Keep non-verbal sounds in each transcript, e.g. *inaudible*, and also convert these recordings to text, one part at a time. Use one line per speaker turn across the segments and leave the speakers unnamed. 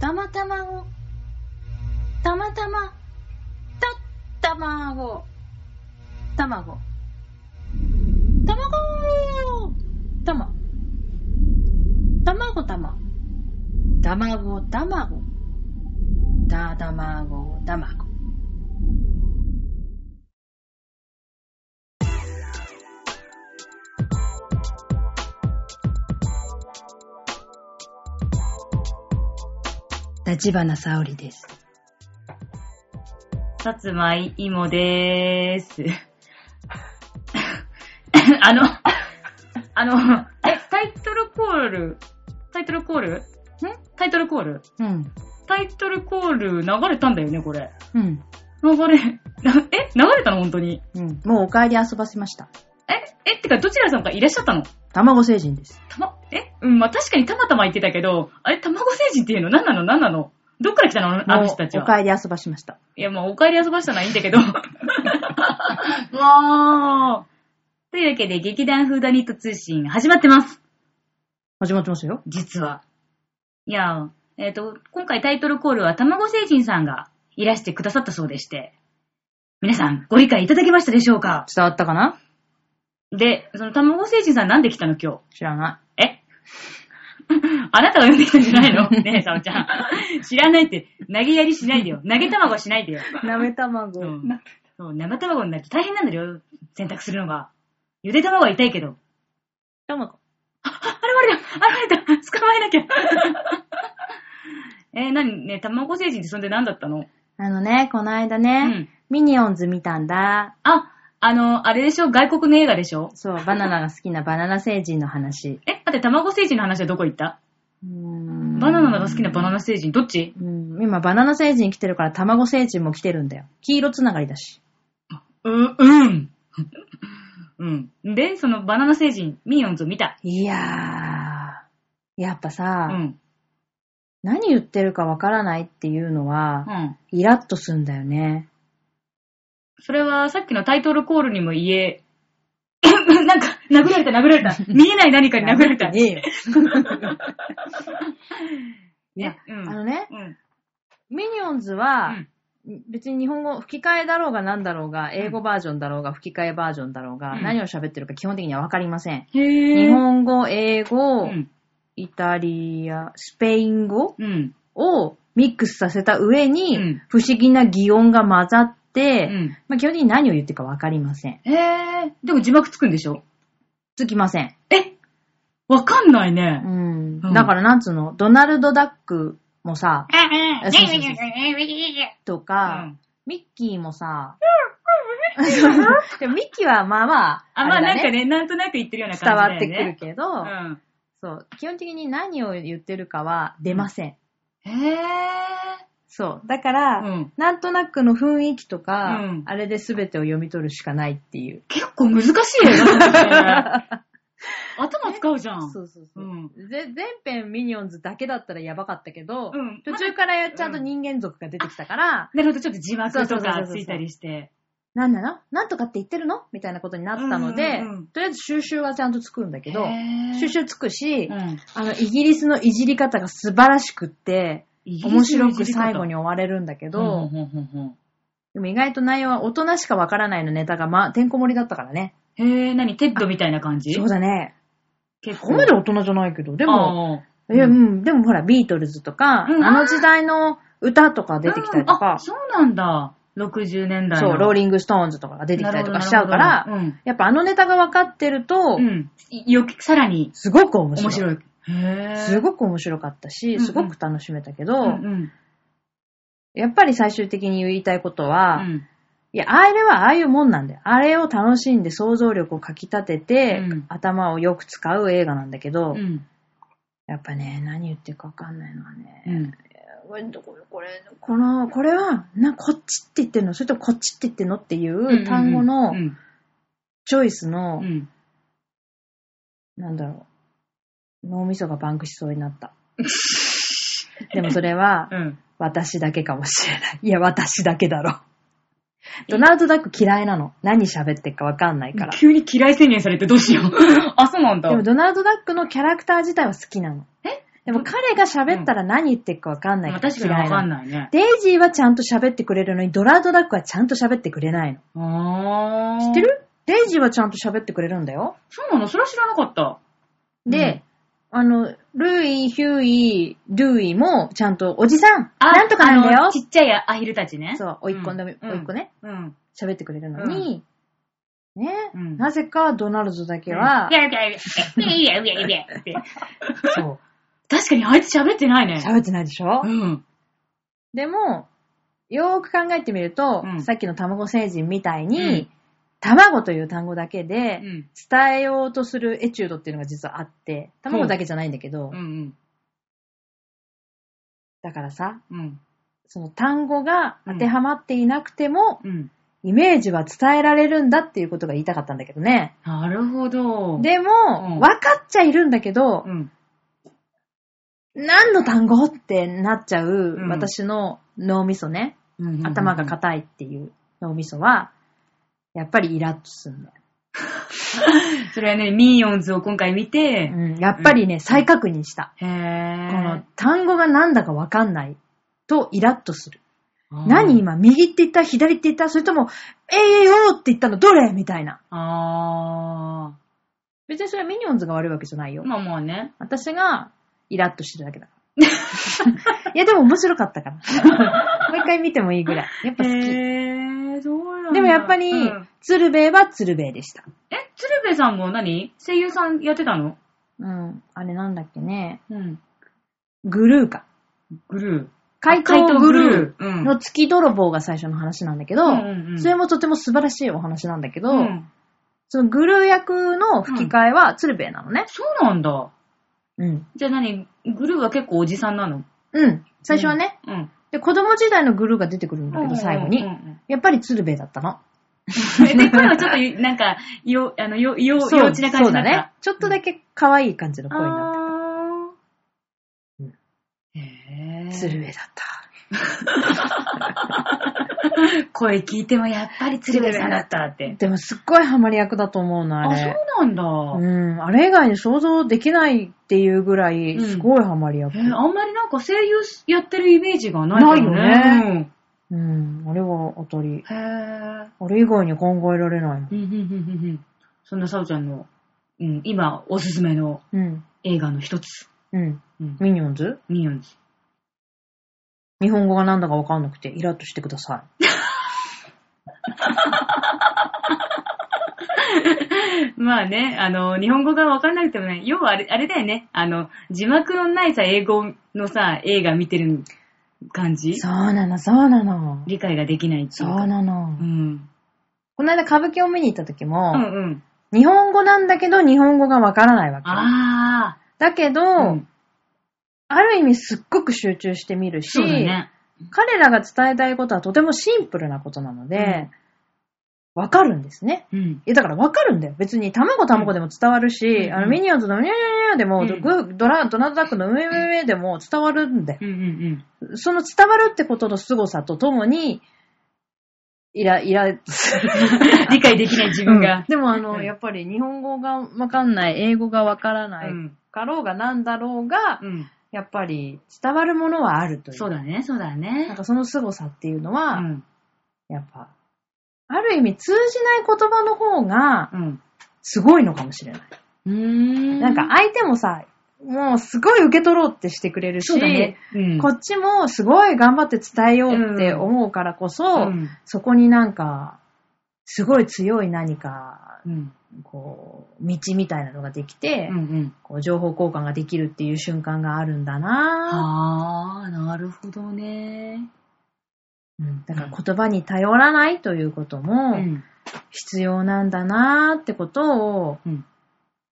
たまたまを、たまたま、た、たまご、卵。卵たま。卵たま。卵卵。だだまごだまご。
立花沙織です。
さつまいもでー *laughs* す。あの、あの、え、タイトルコール、タイトルコールんタイトルコール
うん。
タイトルコール流れたんだよね、これ。
うん。
流れ、なえ流れたの本当に。
うん。もうお帰り遊ばせました。
ええってか、どちらさんかいらっしゃったの
卵星人です。
たま、えうん、まあ、確かにたまたま言ってたけど、あれ、卵星人っていうの何なの何なのどっから来たのあの人たち
も
は
うお。帰り遊ばしました。
いや、まあ、お帰り遊ばしたのはいいんだけど。もうというわけで、劇団フーダニット通信始まってます。
始まってますよ。
実は。いや、えっ、と、今回タイトルコールは卵星人さんがいらしてくださったそうでして、皆さんご理解いただけましたでしょうか
伝わったかな
で、その卵星人さんなんで来たの今
知らな
日。え *laughs* あなたが呼んできたんじゃないのねえ、さおちゃん。知らないって、投げやりしないでよ。投げ卵しないでよ。
い。なめ卵
うんそう、生卵になると大変なんだよ、洗濯するのが。ゆで卵は痛いけど。
卵。
あれ現れた現 *laughs* れた捕まえなきゃえー、なにね、卵星人ってそんで何だったの
あのね、この間
う
ね、
ん。
ミニオンズ見たんだ。
あ、あの、あれでしょ外国の映画でしょ
そう、バナナが好きなバナナ星人の話。
え、待って、卵星人の話はどこ行った
バ
バナナが好きなバナナ星人、どっち
うん、今バナナ星人来てるから卵星人も来てるんだよ。黄色つながりだし。
う、うん。うん。で、そのバナナ星人、ミニオンズを見た。
いやー、やっぱ
う
さ、
ん。
何言ってるかわからないっていうのは
う、ん。
イラッとすんだよね。
それはさっきのタイトルコールにも言え、なんか、殴られた、殴られた。見えない何かに殴られた。
ねえよ。 *laughs* いや、
う
あ
ん。
のね、
うん。
ミニオンズ
う
は、
ん
別に日本語吹き替えだろうが何だろうが、英語バージョンだろうが吹き替えバージョンだろうが、
うん
何を喋ってるか基本的にはわかりません。
へ
日本語、英語、
うん。
イタリア、スペイン語
うん。
をミックスさせた上に、
うん
不思議な擬音が混ざって、
うん。
まあ、基本的に何を言ってるかわかりません。
へえ。でも字幕つくんでしょ
つきません。
えわかんないうね。
ん。
うん
だからなんつうの、ドナルド・ダックもさ、あそうそうそうとか、ミッキーもさ、 *laughs* でもミッキーはまあまあ、
あ、まあ
れだ
なん
ね
かね、なんとなく言ってるような
伝わ
感
っ
じ
て
だ
く
よね。
るけど、そう、基本的に何を言ってるかは出ません。
うん。へえ。
そう。だから、
うん
なんとなくの雰囲気とか、
うん
あれで全てを読み取るしかないっていう。
結構難しいよね。頭使うじゃん。
そうそうそうう。
ん。
ぜ全編ミニオンズだけだったらやばかったけど、
うん
途中からちゃんと人間族が出てきたから、
なるほど、ちょっと字幕
そう
と
そうそう
か
そう
ついたりして。
なんなのなんとかって言ってるのみたいなことになったので、
うんうんうん
とりあえず収集はちゃんとつくんだけど、
へー
収集つくし、
うん。
あの、イギリスのいじり方が素晴らしくって、面白く最後
に
に終われるんだけど、
どう
でも意外と内容は大人しかわからないのネタがま、てんこ盛りだったからね。
へえ、何テッドみたいな感じ
そうだね。
結
ここまで大人じゃないけど、で
で
も、
も、
いや、うん、でもほら、ビートルズとか、
うん
あの時代の歌とか出てきたりと
うん
か
あ、そうなんだ。60年代の。
そう、ロー
リ
リングストーンズとかが出てきたりとかしちゃうから、
うん。
やっぱあのネタが分かってると、
うん。よく、さらに
すごく面白い。
面白い。へえ。
す
い。
ごく面白かった
うん
し、
うん
すごく楽しめたけど、
うんうん。
やっぱり最終的に言いたいことは、
うん
いや、あれはああいうもんなんだよ。あれを楽しんで想像力をかき立てて、
うん
頭をよく使う映画なんだけど、
うん。
やっぱね、何言ってるかわかんないのはね、
うん。
これ、これ、これ、この、これは、な、こっちって言ってるのそれともこっちって言ってるのっていう単語の
うん
チョイスの、
うん。
なんだろう、脳みそがパンクしそうになった。 *laughs* でもそれは、
うん。
私だけかもしれない。いや、私だけだろ。ドナルド・ダック嫌いなの。何喋ってるかわかんないから。
急に
*laughs*
嫌い宣言されてどうしよう。あ、そうなんだ
で。もドナルド・ダックのキャラクター自体は好きなの。
え
でも彼が喋ったら何言ってるかわかんない
まあ
から
確かに
嫌
わ
い
か
なんの。
ないね。
デイジーはちゃんと喋ってくれるのに、ドラドダックはちゃんと喋ってくれないの。
あー
知ってるデイジーはちゃんと喋ってくれるんだよ。
そうなのそれは知らなかった。
で、あの、ルイ、ヒューイ、ドゥイもちゃんと、おじさん
あ
なんとかなんだ
あの
よ
ちっちゃいアヒルたちね。
そう、おいっ子の、
うん
おいっ子ね、
うん。
喋ってくれるのに、ね、
うん
なぜかドナルドだけは、
いやいやいや、いやいやいやいやって。
そう、
確かにあいつ喋ってないね。
喋ってないでしょ、
うん。
でも、よーく考えてみると、
うん
さっきの卵星人みたいに、
うん
卵という単語だけ
う
で、
ん。
伝えようとするエチュードっていうのが実はあって、卵だけじゃないんだけど、
うん。
だからさ、
うん。
その単語が当てはまっていなくても、
うん。
イメージは伝えられるんだっていうことが言いたかったんだけどね。
なるほど。、
でも、
う
分
ん
かっちゃいるんだけど
う、ん。
何の単語ってなっちゃう、
うん
私の脳みそね、
うん
頭が硬いっていう脳みそは、やっぱりイラッとするんだよ。
それはね、ミニオンズを今回見て、
うん、やっぱりね、再確認した。こ
へ
の
ぇ
単語が何だか分かんないとイラッとする。
ー。
何今、右って言った左って言ったそれとも、ええよーって言ったのどれみたいな。
あ
別にそれはミニオンズが悪いわけじゃないよ
ー。。まあまあね。
私がイラッとしてるだけだ *laughs* から。いや、でも面白かったから。 *laughs* もう一回見てもいいぐらい。やっぱ好き。
へぇそうなんだ
でもやっぱり、
うん
鶴瓶は鶴瓶でした。
え、鶴瓶さんも何声優さんやってたの
うん。あれなんだっけね。
うん。
グルーか。
グルー。
怪盗グル
ー。う
ー
ん。
の月泥棒が最初の話なんだけど、
うんうんうん
それもとても素晴らしいお話なんだけど、
うん
そのグルー役の吹き替えは鶴瓶なのね。
そうなんだ。
うん。
じゃあ何グルーは結構おじさんなの
うん。最初はね、
うん。
で、子供時代のグルーが出てくるんだけど、最後に
うんう。ん
やっぱり鶴瓶だったの。
うん。で、声はちょっと、なんか、よ、 *laughs* あの、よ、よ、幼
そう
稚な感
そ
じ
う
だ
だ
った。
ね。ちょっとだけ可愛い感じの
あ
声になっ
ー
うんた。
へー
鶴瓶だった。
声聞いてもやっぱり鶴瓶さんだったって。
でもすっごいハマり役だと思うな、あ
あ、
れ。
そうなんだ。
うん。あれ以外に想像できないっていうぐらい、
うん
すごいハマり役
え。ーあんまりなんか声優やってるイメージがない
ないよ
ね。
うん。あれは当たり。
うん、へ
あれ以外に考えられないの
ぇ。うんうんうんうんうんそんなさおちゃんの、うん、今おすすめの
うん。
映画の一つ。
うん。
うん。
ミニオンズ
ミニオンズ。
日本語が何だか分かんなくて、イラッとしてください。
まあね、あの、日本語がわかんなくてもね、要はあれあれだよね、あの、字幕のないさ、英語のさ、映画見てる感じ
そうなの、そうなの。
理解ができないってい
そうう
か。
なの
う。ん。
この間歌舞伎を見に行った時も、
うんうん。
日本語なんだけど、日本語がわからないわけ。
あ
だけど、
あ。うん
ある意味すっごく集中して見るし、
そうだね。
彼らが伝えたいことはとてもシンプルなことなので、わ、かるんですね。
うん。
え、だからわかるんだよ。別に卵卵でも伝わるし、
ん
あのミニオンズのニャニャニャでも、
うん
ドドラ、ドナルドダックのウェウェウェでも伝わるんだよ
う。んうん *laughs*
その伝わるってことの凄さとともに、イラ、イラ、
うん。理解できない自分が。
でもあの、
うん
やっぱり日本語がわかんない、英語がわから
う
ない、
ん。
かろうがなんだろうが
う、ん。
やっぱり伝わるものはあるという。
そうだね、そうだ
なん
ね。
かその凄さっていうの
う
は、
ん。
やっぱ、ある意味通じない言葉の方が
うん。
すごいのかもしれない。
うーん。
なんか相手もさ、もうすごい受け取ろうってしてくれるし、
そうだね。うん。
こっちもすごい頑張って伝えようって思うからこそ、
うん
そこになんか、すごい強い何か、
うん。
こう、道みたいなのができて、
うんうん。
こう情報交換ができるっていう瞬間があるんだなぁ、
ああ、なるほどね。
うんだから言葉に頼らないということ
う
も、
ん。
必要なんだなーってことを、
うん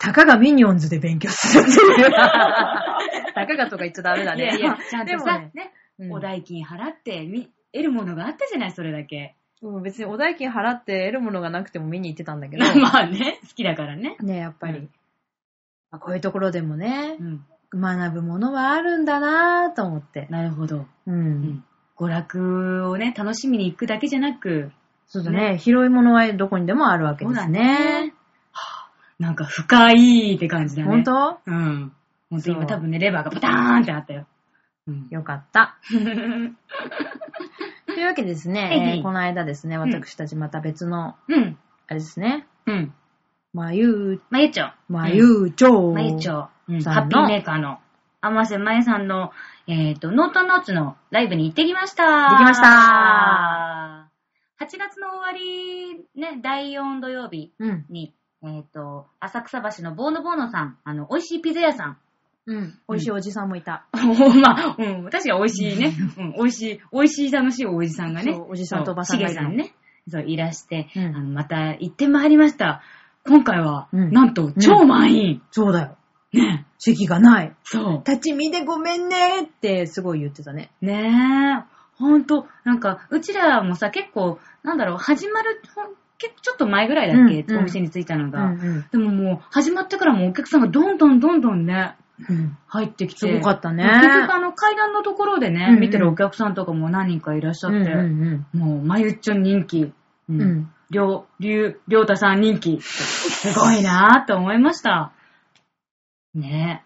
たかがミニオンズで勉強するって
*laughs*
いう。たかがとか言っちゃダメだ
い
ね。
*laughs* やいや、ちゃん
で
と
も
さ、
ね、
ね、
うん
お代金払ってみ、得るものがあったじゃない、それだけ。
うん別にお代金払って得るものがなくても見に行ってたんだけど、
*laughs* まあね、好きだからね。
ね、やっぱり、
うん
あこういうところでもね
う、ん。
学ぶものはあるんだなーと思って。
なるほど。
うん。
うん。娯楽をね、楽しみに行くだけじゃなく、
そうだね、広いものはどこにでもあるわけですね。
なんか深いって感じだね。
本当
うん。ほんと
そ
今
う
多分ね、レバーがパターンってなったよ。うん。
よか *laughs* った。というわけでです
はいは
ね、
い
えーこの間ですね、私たちまた別の、
うん。
あれですね、
うん。
まゆ、
まゆちょ。
まゆちょ。
まゆちょ。うん。
さんの
ハッピーメーカーの、甘瀬まゆさんの、えっ、と、ノートンノーツのライブに行ってきました。行
ってきました
8月の終わり、ね、第4土曜日
うん。
に、えっ、と、浅草橋のボーノボーノさん、あの、美味しいピザ屋さん、
うん。美味しいおじさんもいた。
お *laughs* まあ、うん、確かに美味しいね。うん、美味しい、美味しい楽しいおじさんがね。
そうおじさんとおばさんがい
そう
る
し
の
げさんね。そう、いらして、
うん
あのまた行ってまいりました。今回は、
うん
なんと、超満員。
そうだよ。
ね。
席がない。
そ
立ち見でごめんねってすごい言ってたね。
う。ねえ。ほんと、なんか、うちらもさ、結構、なんだろう、始まる、ほん結構ちょっと前ぐらいだっけ、
うんうん
お店に着いたの
う
が。
ん
でももう、始まってからもうお客さんがどんどんどんどんね、
うん。
入ってきて。
すごかったね。
結局あの階段のところでね、
うんうん
見てるお客さんとかも何人かいらっしゃ
う
っ
ん
て、
うん
もう、まゆっちょ人気。う
うん。うん。
りょう、りゅう、りょうたさん人気。すごいなーって思いました。ね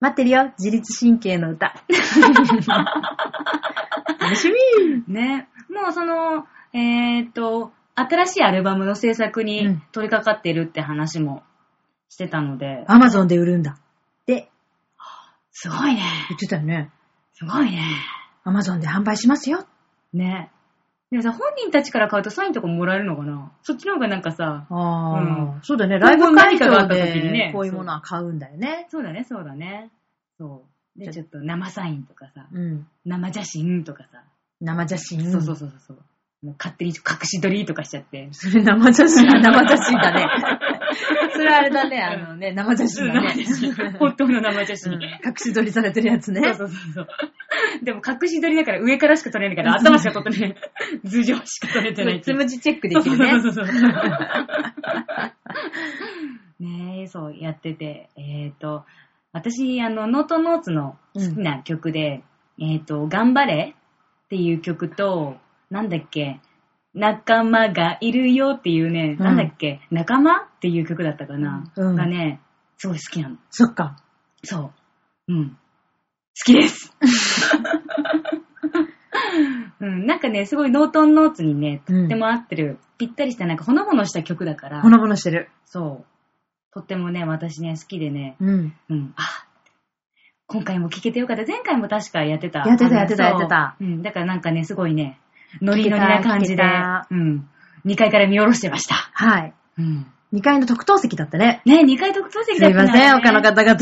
待ってるよ、自律神経の歌。楽しみ
え。ねえ。もうその、えーっと、新しいアルバムの制作
う
に
ん
取り掛かってるって話もしてたので、
*laughs* アマゾンで売るんだ。で、
すごいね。
言ってたよね。
すごいね。
アマゾンで販売しますよ。
ねえ。でもさ、本人たちから買うとサインとかもらえるのかなそっちの方がなんかさ、
ああ、
う
そうだね。
今
ライ
後
ブ会
何かがあ
場
った時にね
でこういうものは買うんだよね。
そうだね、そうだね。そう。で、ちょっと生サインとかさ、
うん。
生写真とかさ、
生写真。
そうそうそうそうそう。もう勝手に隠し撮りとかしちゃって。
それ生写真、あ *laughs* 生写真だね。 *laughs* それあれだね、あのね、生写真だね。
*laughs* 本当の生写
う
真。
ん隠し撮りされてるやつね。
そうそうそうそう。でも隠し撮りだから上からしか撮れないから頭しか撮って *laughs* ない。頭上しか撮れてないって
つ
いう。
むじチェックできるね。
そうそうそうそう。ねえ、そう、やってて。えっ、と、私、あの、ノートノーツの好きな曲で、えっ、と、頑張れっていう曲と、なんだっけ、仲間がいるよっていうね、
うん
なんだっけ、仲間っていう曲だったかな、
うん
がね、すごい好きなの。
そっか。
そう。うん。好きです。
*laughs*
うん、なんかね、すごいノートンノーツにね、
うん
とっても合ってる、ぴったりした、なんかほのぼのした曲だから
ほ、のぼのしてる。
そう。とってもね、私ね、好きでね、
うん。
うん、あ今回も聴けてよかった。前回も確かやってた。
やってた
あの
やってた
そう
やってた
うん、だからなんかね、すごいね、ノリノリな感じ
聞け
で
た、
うん、2階から見下ろしてました。
はい。
うん。
2階の特等席だったね。
ね、2階特等席
す
だっ
い
た
ま
んだ
せん、
よね
他の方々。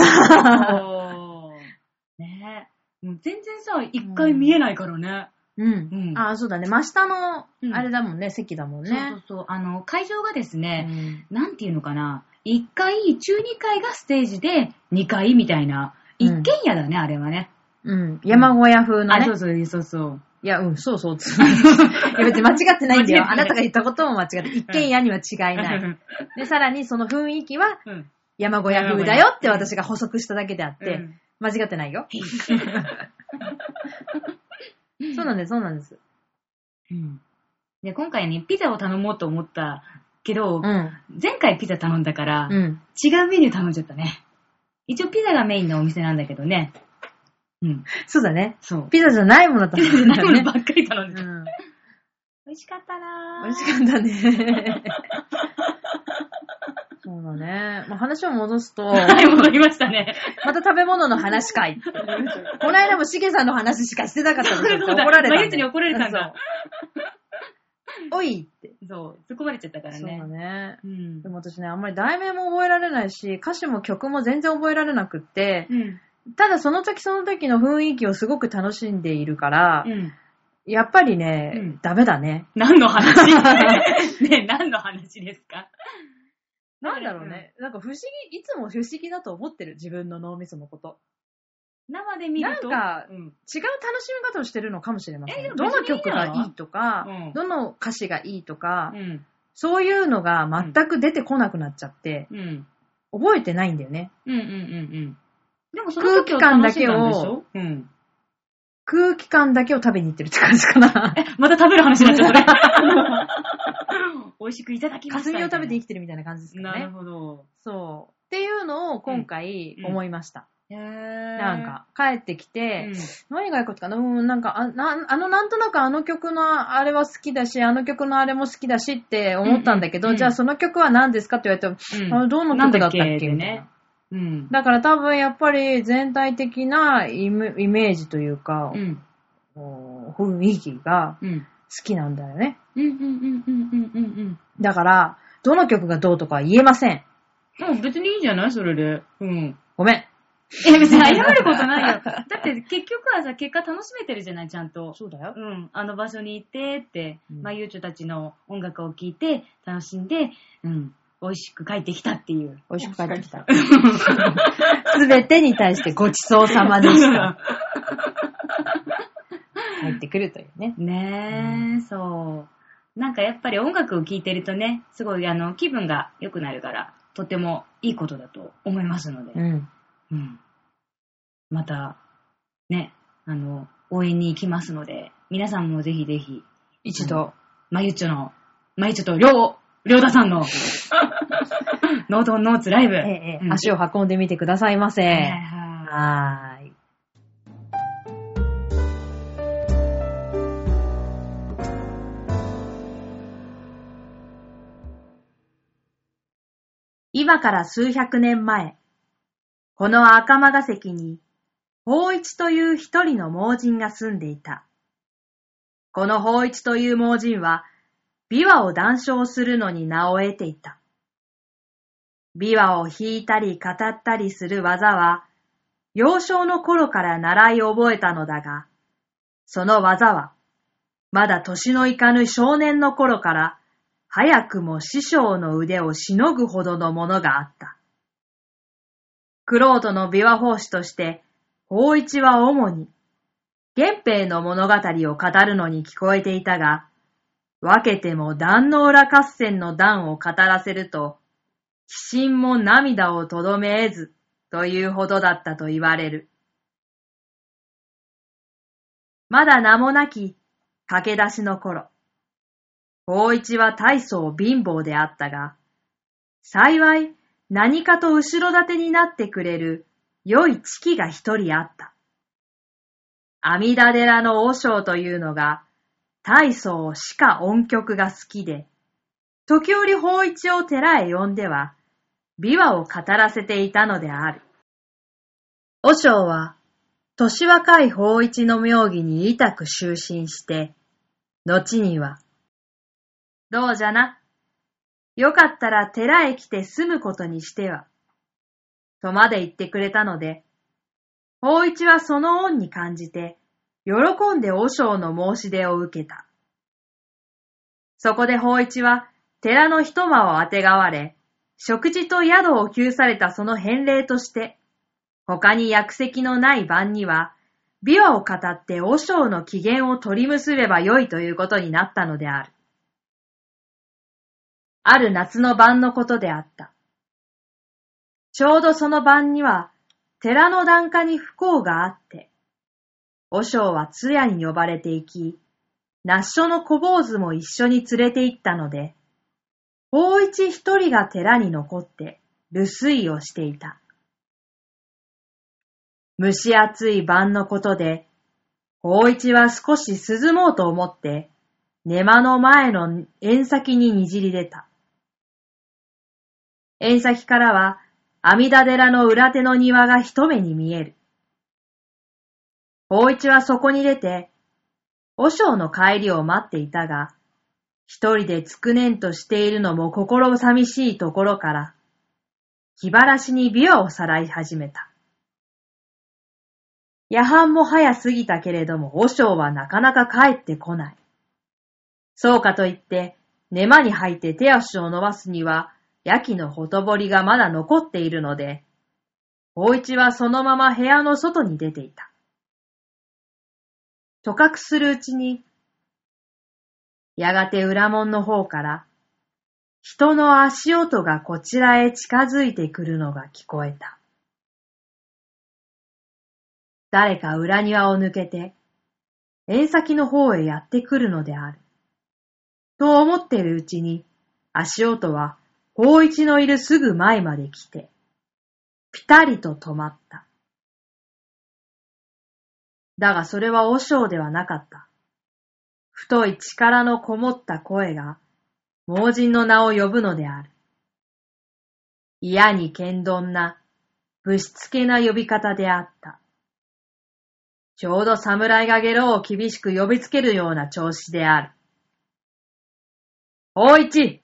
そう。 *laughs* ねもう全然さ、一回見えないからね。
う
うん
ん。あ、そうだね。真下の
う、ん
あれだもんね、席だもん
そうそ
ね
う。そう。あの、会場がです
う
ね、
ん
なんていうのかな、一回、中二階がステージで、二階みたいな、
うん
一軒家だね、あれはね。
うん。山小屋風の
あ、
ね
そう。そう、そうそう。
いや、うん、そう *laughs* そう。ついや別に間違ってないんだよ。
間違ってない
あなたが言ったことも間違って、一軒家には違い *laughs* ない。で、さらにその雰囲気は
うん
山小屋風だよって私が補足しただけであっ
う
て
ん、
間違ってないよ。 *laughs* そうなんです、そうなんです。
うんで、今回ね、ピザを頼もうと思ったけど、
うん。
前回ピザ頼んだから、
うん。
違うメニュー頼んじゃったね。一応ピザがメインのお店なんだけどね。うん。
そうだね。
そう。
ピザじゃないものだったんだ
頼む
ね
の。ばっかり頼んでた。
うん。
美味しかったな
美味しかった
*laughs*
ね。そうだね。まあ、話を戻すと、
た。はい、戻りましたね。
また食べ物の話かい。この間もしげさんの話しかしてなかったのに
そうだ
怒られたんだよ。
マユッチに怒られたんだ
そう。おいって。
そう、突っ込まれちゃったから
そうだ
ね。
ね。
うん
で。も私ね、あんまり題名も覚えられないし、歌詞も曲も全然覚えられなくって、
うん。
ただその時その時の雰囲気をすごく楽しんでいるから、
うん。
やっぱりね、
うん
ダメだ
*laughs*
ね。
何の話ねえ何の話ですか
なんだろうね。なんか不思議、いつも不思議だと思ってる、自分の脳みそのこと。
生で見ると。
なんか
うん。
違う楽しみ方をしてるのかもしれませ
えで
ん。
も
どの曲がいいとか、
うん
どの歌詞がいいとか、
うん。
そういうのが全く出てこなくなっちゃって、
うん。
覚えてないんだよね。
うんうんうんうん。でもその
空
時
気
を
感
楽
だ
しん
け
だんでし
を
ょ、うん。
空気感だけを食べに行ってるって感じか
*laughs*
な。
また食べる話になっちゃったね。美味しくいただ
*laughs*
きました。
霞を食べて生きてるみたいな感じですか
なる
ね。
ほど。
そう。っていうのを今回
うん
思いました。
へ
なん
な
か、帰ってきて、何がいいことかな、うん、なんかあな、あの、なんとなくあの曲のあれは好きだし、あの曲のあれも好きだしって思ったんだけど、
うんうんうん
じゃあその曲は何ですかって言われても、
うん
あどの曲だったっけ
なんだっけ
みたいな
ねうん。
だから多分やっぱり全体的なイメイメージというか
う、ん。
こう雰囲気が
うん。
好きなんだよね。
うんうんうんうんうんうん
だから、どの曲がどうとかは言えません。
うん。もう別にいいんじゃないそれで。うん。
ごめん。
え、別に謝ることない *laughs* よ。だって結局はさ、結果楽しめてるじゃない、ちゃんと。
そうだよ
う。ん。あの場所に行ってって、
うん
まあ、ゆうちょたちの音楽を聴いて、楽しんで、うん。美味しく帰ってきたっていう。
美味しく帰ってきた。すべてに対してごちそうさまで *laughs* した。入ってくるというね。
ねえ、そう。なんかやっぱり音楽を聴いてるとね、すごいあの気分が良くなるから、とてもいいことだと思いますので、
うん。
うんまた、ね、あの、応援に行きますので、皆さんもぜひぜひ、
一度、
まゆっちょの、まゆっちょとりょう、りょうださ
*laughs*
んの、ノートンノーツライブ、
ええ
うん
足を運んでみてくださいませ。
はいはいはい
はーい。今から数百年前、この赤間が関に、法一という一人の盲人が住んでいた。この法一という盲人は、琵琶を談笑するのに名を得ていた。琵琶を弾いたり語ったりする技は、幼少の頃から習い覚えたのだが、その技は、まだ年のいかぬ少年の頃から、早くも師匠の腕をしのぐほどのものがあった。クロートの琵琶法師として、法一は主に、源平の物語を語るのに聞こえていたが、分けても壇の浦合戦の段を語らせると、鬼神も涙をとどめえず、というほどだったと言われる。まだ名もなき駆け出しの頃、高一は大層貧乏であったが、幸い何かと後ろ盾になってくれる良い知己が一人あった。阿弥陀寺の和尚というのが、大層しか音曲が好きで、時折法一を寺へ呼んでは、琵琶を語らせていたのである。和尚は、年若い法一の妙義に痛く就寝して、後には、どうじゃな。よかったら寺へ来て住むことにしては。とまで言ってくれたので、法一はその恩に感じて、喜んで和尚の申し出を受けた。そこで法一は寺の一間をあてがわれ、食事と宿を給されたその返礼として、他に薬石のない晩には、琵琶を語って和尚の機嫌を取り結べばよいということになったのである。ある夏の晩のことであった。ちょうどその晩には、寺の檀家に不幸があって、和尚は通夜に呼ばれていき、那須所の小坊主も一緒に連れて行ったので、法一一人が寺に残って留守居をしていた。蒸し暑い晩のことで、法一は少し涼もうと思って、寝間の前の縁先ににじり出た。縁先からは、阿弥陀寺の裏手の庭が一目に見える。法一はそこに出て、和尚の帰りを待っていたが、一人でつくねんとしているのも心寂しいところから、気晴らしに琵琶をさらい始めた。夜半も早すぎたけれども、和尚はなかなか帰ってこない。そうかといって、寝間に入って手足を伸ばすには、やきのほとぼりがまだ残っているので、法一はそのまま部屋の外に出ていた。とかくするうちに、やがて裏門の方から、人の足音がこちらへ近づいてくるのが聞こえた。誰か裏庭を抜けて、縁先の方へやってくるのである。と思っているうちに、足音は、法一のいるすぐ前まで来て、ぴたりと止まった。だがそれは和尚ではなかった。太い力のこもった声が、盲人の名を呼ぶのである。嫌に剣鈍な、ぶしつけな呼び方であった。ちょうど侍がゲロを厳しく呼びつけるような調子である。大一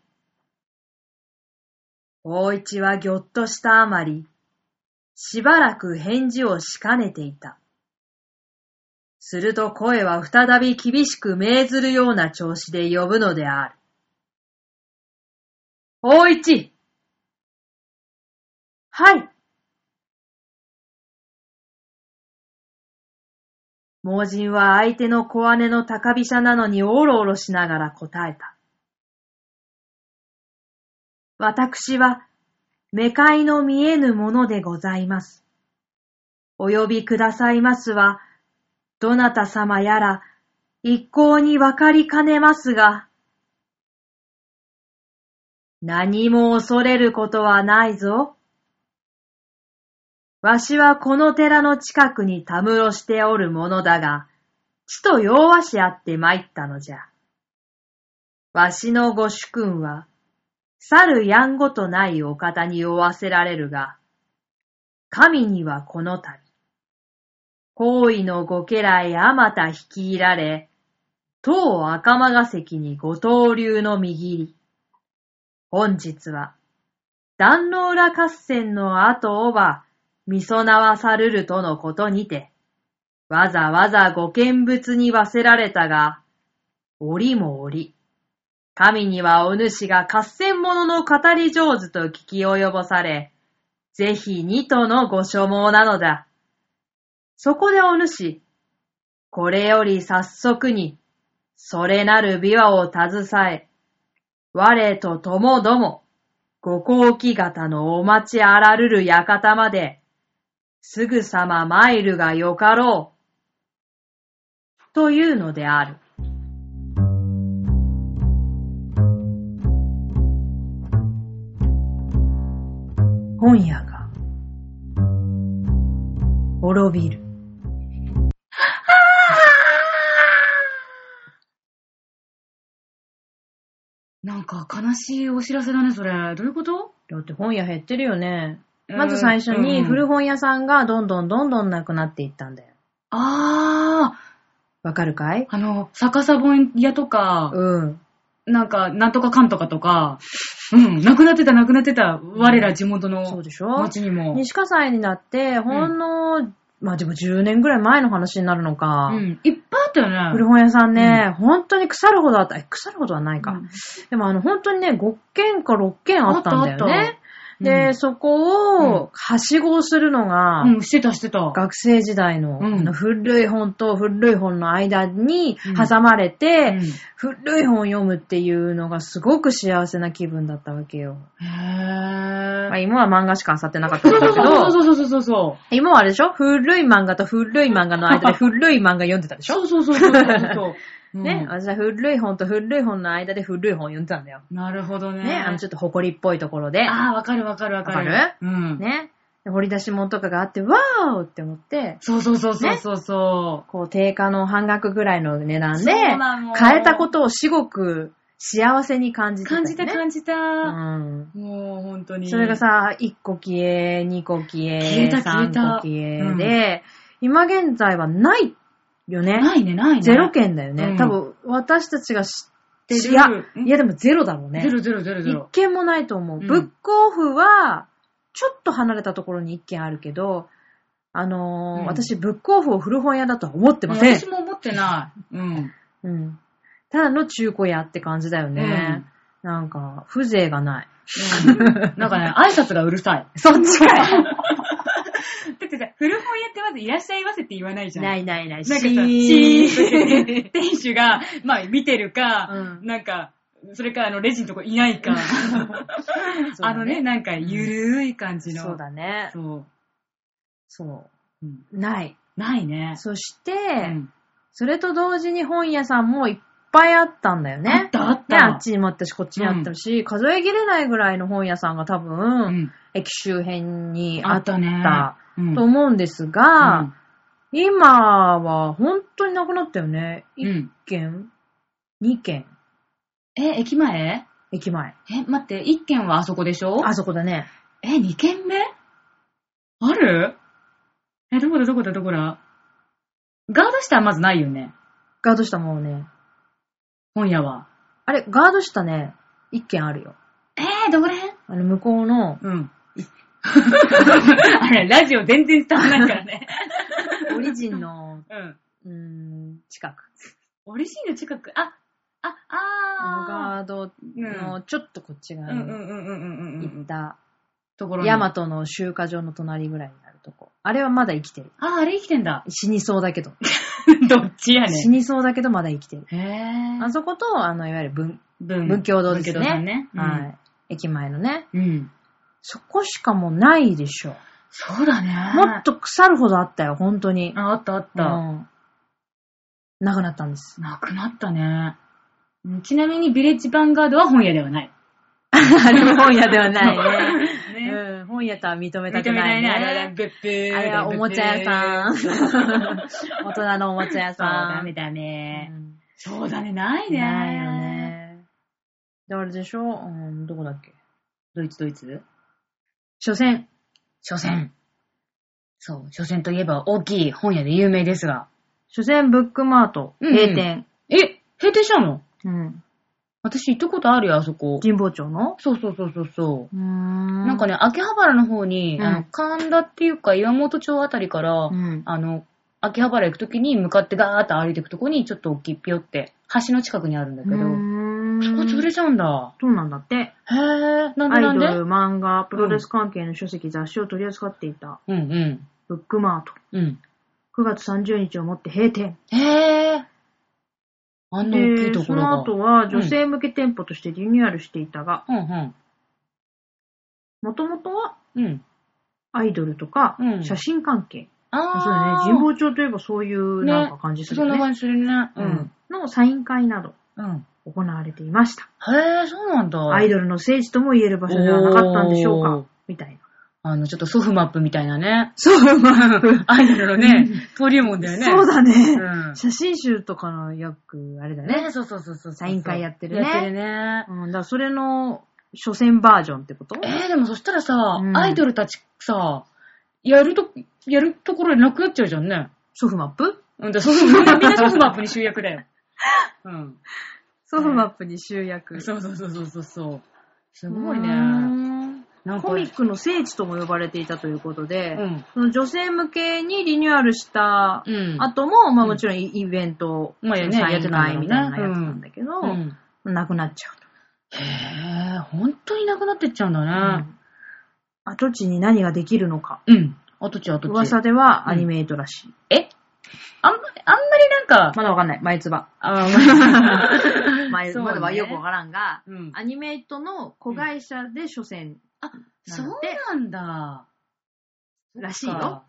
大一はぎょっとしたあまり、しばらく返事をしかねていた。すると声は再び厳しく命ずるような調子で呼ぶのである。大一はい。盲人は相手の小姉の高飛車なのにおろおろしながら答えた。私は、目界の見えぬものでございます。お呼びくださいますは、どなた様やら、一向にわかりかねますが、何も恐れることはないぞ。わしはこの寺の近くにたむろしておるものだが、ちと弱わしあって参ったのじゃ。わしのご主君は、去るやんごとないお方に酔わせられるが、神にはこの度、行為のご家来あまた率いられ、当赤間が関にご登竜の右入り。本日は、壇の浦合戦の後をは、みそなわさるるとのことにて、わざわざご見物にわせられたが、折も折、神にはお主が合戦者の語り上手と聞き及ぼされ、ぜひにとのご所望なのだ。そこでお主、これより早速に、それなる琵琶を携え、我とともども、ご高貴方のお待ちあらるる館まで、すぐさま参るがよかろう。というのである。本屋が、滅びる。
なんか悲しいお知らせだね、それ。どういうこと
だって本屋減ってるよね。
うん
まず最初
う
に
ん
古本屋さんがどんどんどんどんなくなっていったんだよ。
あー、
わかるかい
あの、逆さ本屋とか、
うん。
なんか、なんとかかんとかとか、うん、なくなってた、なくなってた、我ら地元
そう
の
でしょ
町にも。
西葛西になって、ほんの、まあでも10年ぐらい前の話になるのか。
うん、いっぱいあったよ
古
ね。
本屋さんね、本当に腐るほどあった。え腐るほどはないか。
うん
でもあの、本当にね、5軒か6軒あったんだよ
あったあっ
ね。
た
で、
うん
そこ
う
を、はしごをするのが、
うん、してた、してた。
学生時代の,、
うん
あの古い本と古い本の間に
うん
挟まれて、
うん
古い本を読むっていうのがすごく幸せな気分だったわけよ。
へ
まあ、
ー。
今は漫画しか漁ってなかった
そ
んだ
う
けど、
そうそうそうそうそうそう。
今はあれでしょ古い漫画と古い漫画の間で古い漫画読んでたでしょ
そうそうそうそうそう
*laughs* ね、
うん
私は古い本と古い本の間で古い本を読んでたんだよ。
なるほどね。
ね、あのちょっと埃っぽいところで、
あー、わかるわかるわかる。
わかる
うん。
ね、で掘り出し物とかがあって、わーおって思って、
そうそうそうそうそうそ
こう定価の半額ぐらいの値段で
そうなの、
買えたことを至極幸せに感
う。
じてたよ
感
ね。
じた感じた。
うん。
もう本当に。
それが、さ、1個消え、2個消え、
消えた消えた
3個消えで、今現在はないよね。
ないね、ないね。
ゼロ件だよね。
うん
多分、私たちが知って
知
る。い
る
や
う、ん
いやでもゼロだろうね。
ゼロゼロゼロゼ
一
ロ。
件もないと思う。
うん
ブックオフは、ちょっと離れたところに一件あるけど、あのー
うん
私、ブックオフを古本屋だとは思ってません
私。も思ってない。うん。
うん。ただの中古屋って感じだよね。なんか、風情がない。
なんかね、挨拶がうるさい。
そっちかい
だってさ、古本屋ってまずいらっしゃいませって言わないじゃん。。
ないいないない。
なんかさ、
シ
シ
ーン
ーンって店
*laughs*
主が、まあ見てるか、
うん
なんか、それかあのレジのとこいない
*laughs*
か、
そうだ
あのね、なんかゆるい感じの。
そうだね。
そう。
そう。
うん
ない。
ないね。
そして、
うん
それと同時に本屋さんもいっぱいあったんだよね。
あったあった
ね、あっちにもあったし、こっちにあったし、数え切れないぐらいの本屋さんが多分、
うん
駅周辺にあ
あ
っ
ったたね。うん
と思うんですが、
うん
今は本当になくなったよね。
う
1
ん。
軒、2軒、
え、駅前
駅前。
え、待って、1軒はあそこでしょ
あそこだね。
え、2軒目あるえ、どこだどこだどこだガード下はまずないよね。
ガード下もうね。
本屋は。
あれ、ガード下ね、1軒あるよ。
えー、どこらへん
あの、向こうの、
うん。あれ、ラジオ全然伝わらないからね。
オリジンの、
*laughs*
う
うん。
ーん、近く。
オリジンの近く、あ、あ、
あの
あ
ガード
ー。
の、ちょっとこっち
うん
側
うん
に
うんうんうんうんう
行っ
ん。
た、
ところに
ヤマトの集荷場の隣ぐらいにあるとこ。あれはまだ生きてる。。
あ、あれ生きてんだ
死にそうだけど。
どっちやね
死にそうだけどまだ生きてる。
ん。へ
あそこと、あの、いわゆる文、
文
文教堂ですね。
文教堂さんね。
はい。駅前のね。
い。うん。
そこしかもうないでしょ。
そうだね。
もっと腐るほどあったよ、本当に。
あ、あったあっ
う
た。
ん。なくなったんです。 *laughs*
なくなったね。うんちなみに、ビレッジヴァンガードは本屋ではない。
あれも本屋ではないね。
ね。
うん、本屋とは認め
認
たく
めな
ないい
ね。
ね。
あれは、ブッブー。
あれはおもちゃ屋さん。
ブッブーそ
*laughs*
う、
大人のおもちゃ屋さ
ダ
ん。
メダメ
う。ん
そうだね、ないね。
ないよ。ね。で、あれでしょうん、どこだっけ
ドイツ、ドイツ
初戦。
初戦。そう、初戦といえば大きい本屋で有名ですが。
初戦ブックマート、
うんうん
閉店。
え、閉店したの
うん。
私行ったことあるよ、あそこ。
神保町の
そうそうそうそうそう
ー
う。
ん。
なんかね、秋葉原の方に、
うん
あの、神田っていうか岩本町あたりから、
うん。
あの、秋葉原行くときに向かってガーッと歩いていくとこに、ちょっと大きいピョって、橋の近くにあるんだけど、
うーん
そこ潰れちゃうんだ。
そうなんだって。
へぇー、なん
アイ
でな
ド
んで
ル、漫画、プロレス関係の書籍、雑誌を取り扱っていた、
うんうん。
ブックマート。
うん。
9月30日をもって閉店。
へぇー。あんな大きい
で、
と
そ
ころが。
の後は女性向け店舗としてリニューアルしていたが、
うんうん。
もともとは
うん。
アイドルとか
うん、
写真関係。そうだ
あ
ね。
ー。
神保町といえばそういう
ね
なんか感じす
そ
る
ん
よ
な
ね。
感じするね。う
うんん。のサイン会など
うん。
行われていました。
へぇー、そうなんだ。
アイドルの聖地とも言える場所ではなかったんでしょう
おー
かみたいな。
あの、ちょっとソフマップみたいなね。
そう、まあ、
*laughs* アイドルのね、登竜門だよね。
そうだね。
うん
写真集とかのよく、あれだね。
ね、そうそうそうそう。
サイン会やってるね
やってるね。
うん、だからそれの、初戦バージョンってこと
えー、でもそしたらさ、
うん
アイドルたちさ、やると、やるところなくなっちゃうじゃんね。
ソフマップ
うん、だそうそう、みんなみんなソフマップに集約だ
*laughs*
よ。うん。
ソフマップに集約。
そうそうそうそうそうそう。す
す
ごいね。なんか、
コミックの聖地とも呼ばれていたということで、
うん
その女性向けにリニューアルした
うん
後も、まあ
うん
もちろんイイベント、
まあやね
サイン
やってたんだろう
会
ね
みたいなのやってたんだけど、
うん。
なくなっちゃうと。
へえ、本当になくなってっちゃうんだね。
うん跡地に何ができるのか。
うん。跡地跡地。
噂ではアニメイトらしい。
えあんまり、あんまりなんか、
まだわかんない。前つば。
あー、まあ
前
そうね
まだはよくわからんが、
*laughs* うん
アニメイトの子会社で初戦
そうなんだ。
らしいよ。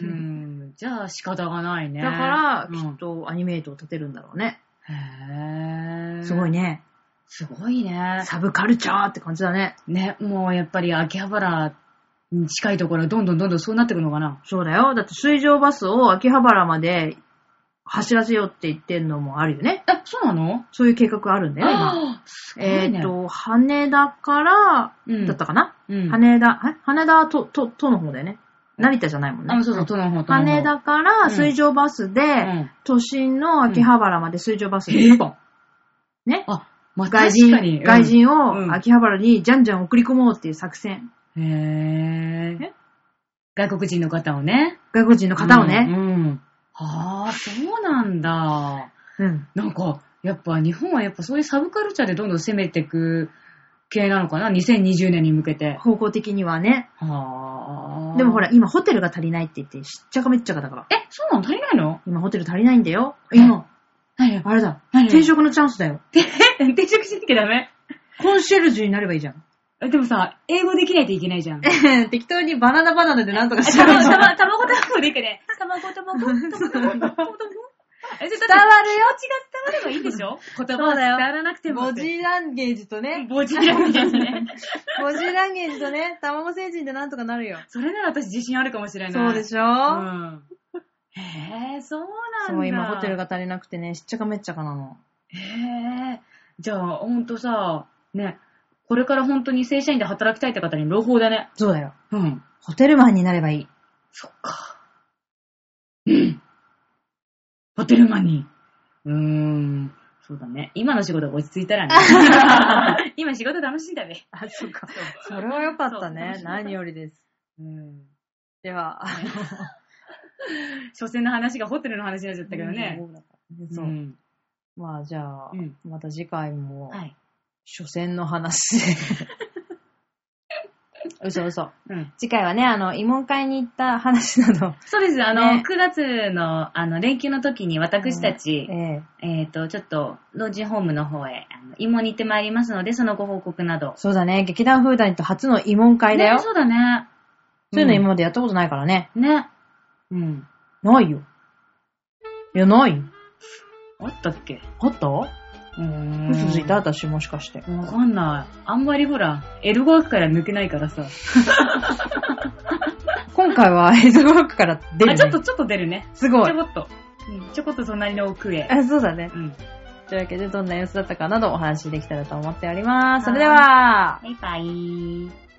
うん。じゃあ仕方がないね。
だから、
う
きっ
ん
とアニメイトを立てるんだろうね。
へー
すごい。ね。
すごいね。
サブカルチャーって感じだね。
ね、もうやっぱり秋葉原に近いところはどんどんどんどんそうなってくのかな。
そうだよ。だって水上バスを秋葉原まで走らせようって言ってんのもあるよね。
え、そうなの
そういう計画あるんだよね、今。
あーすごい
えっ、
ね。
と、羽田から、
うん
だったかな、
うん、
羽田、え羽田と、と、との方だよね。成田じゃないもんね。
あ、そうそう、都の方、都の方。
羽田から水上バスで、
うん
都心の秋葉原まで水上バスで
え
1本。ね。
あ、まあ、
外
確かに。
人、外人
うん
を秋葉原にじゃんじゃん送り込もうっていう作戦。
うん。へー
え
外国人の方をね。
外国人の方を
う
ね。
ん。うんああ、そうなんだ。
うん。
なんか、やっぱ日本はやっぱそういうサブカルチャーでどんどん攻めていく系なのかな ?2020 年に向けて。
方向的にはね。
はあ。
でもほ。ら、今ホテルが足りないって言って、しっちゃかめっちゃかだから。
え、そうなの足りないの
今ホテル足りないんだよ。
え
今、
何 *laughs* よ
あれだ。
何
転職のチャンスだよ。
え、転職しなきゃダメ
コンシェルジュになればいいじゃん。
えでもさ、英語できないといけないじゃん。
適当にバナナバナナでなんとか
え
し
タ
よう
バ
よ。
コ、タバタバコ、タバコでいいかね。タバコ、タバコ、タバコ、
*laughs*
タバコ、タバコ。え、ちょっと
伝わるよ
気持ちが伝わればいいでしょ言葉
そ
は
うだ
伝
よ
わらなくても。
文字ランゲージとね、
文字だけ
*laughs*
ですね。
文字ランゲージとね、卵星人でなんとかなるよ。
それなら私自信あるかもしれない。
そうでしょ、
うん。へへえ、そうなんだ。
そう、今ホテルが足りなくてね、しっちゃかめっちゃかなの。
へえ。じゃあ、ほんとさ、ね、これから本当に正社員で働きたいって方に朗報だね。
そうだよ。
うん。
ホテルマンになればいい。
そっか。うん。ホテルマンに。うーん。そうだね。今の仕事が落ち着いたらね。今仕事楽しいんだね。あ、そうか。
それは良かったね
そ。う
何よりです。
うん。
では、
所詮の話がホテルの話になっちゃったけどね。
うん。そうう。
ん。
まあじゃあ
う、ん。
また次回も、
はい。
所詮の話で。嘘嘘。
うん。
次回はね、あの、慰問会に行った話など、
そうです。あの、
ね
9月の、あの、連休の時に私たち、
ええ
えっ、と、ちょっと、老人ホームの方へ、あの、芋に行ってまいりますので、そのご報告など。
そうだね、劇団風団と初の慰問会だよ。
ねそうだね。
そういうの
ん
今までやったことないからね。
ね。うん。
ないよ。いや、ないよ。
あったっけ
あった
うーん
嘘ついた私もしかして。
わかんない。あんまりほら、エルゴークから抜けないからさ。
今回は映像枠から出る、
あ、
ね。
ちょっと、ちょっと出るね。
すご
ち
い
ょ。こっと。うん、ちょこっと隣の奥へ。
あ、そうだね。
うん。
というわけで、どんな様子だったかなどお話しできたらと思っております。それでは、
バイバイ。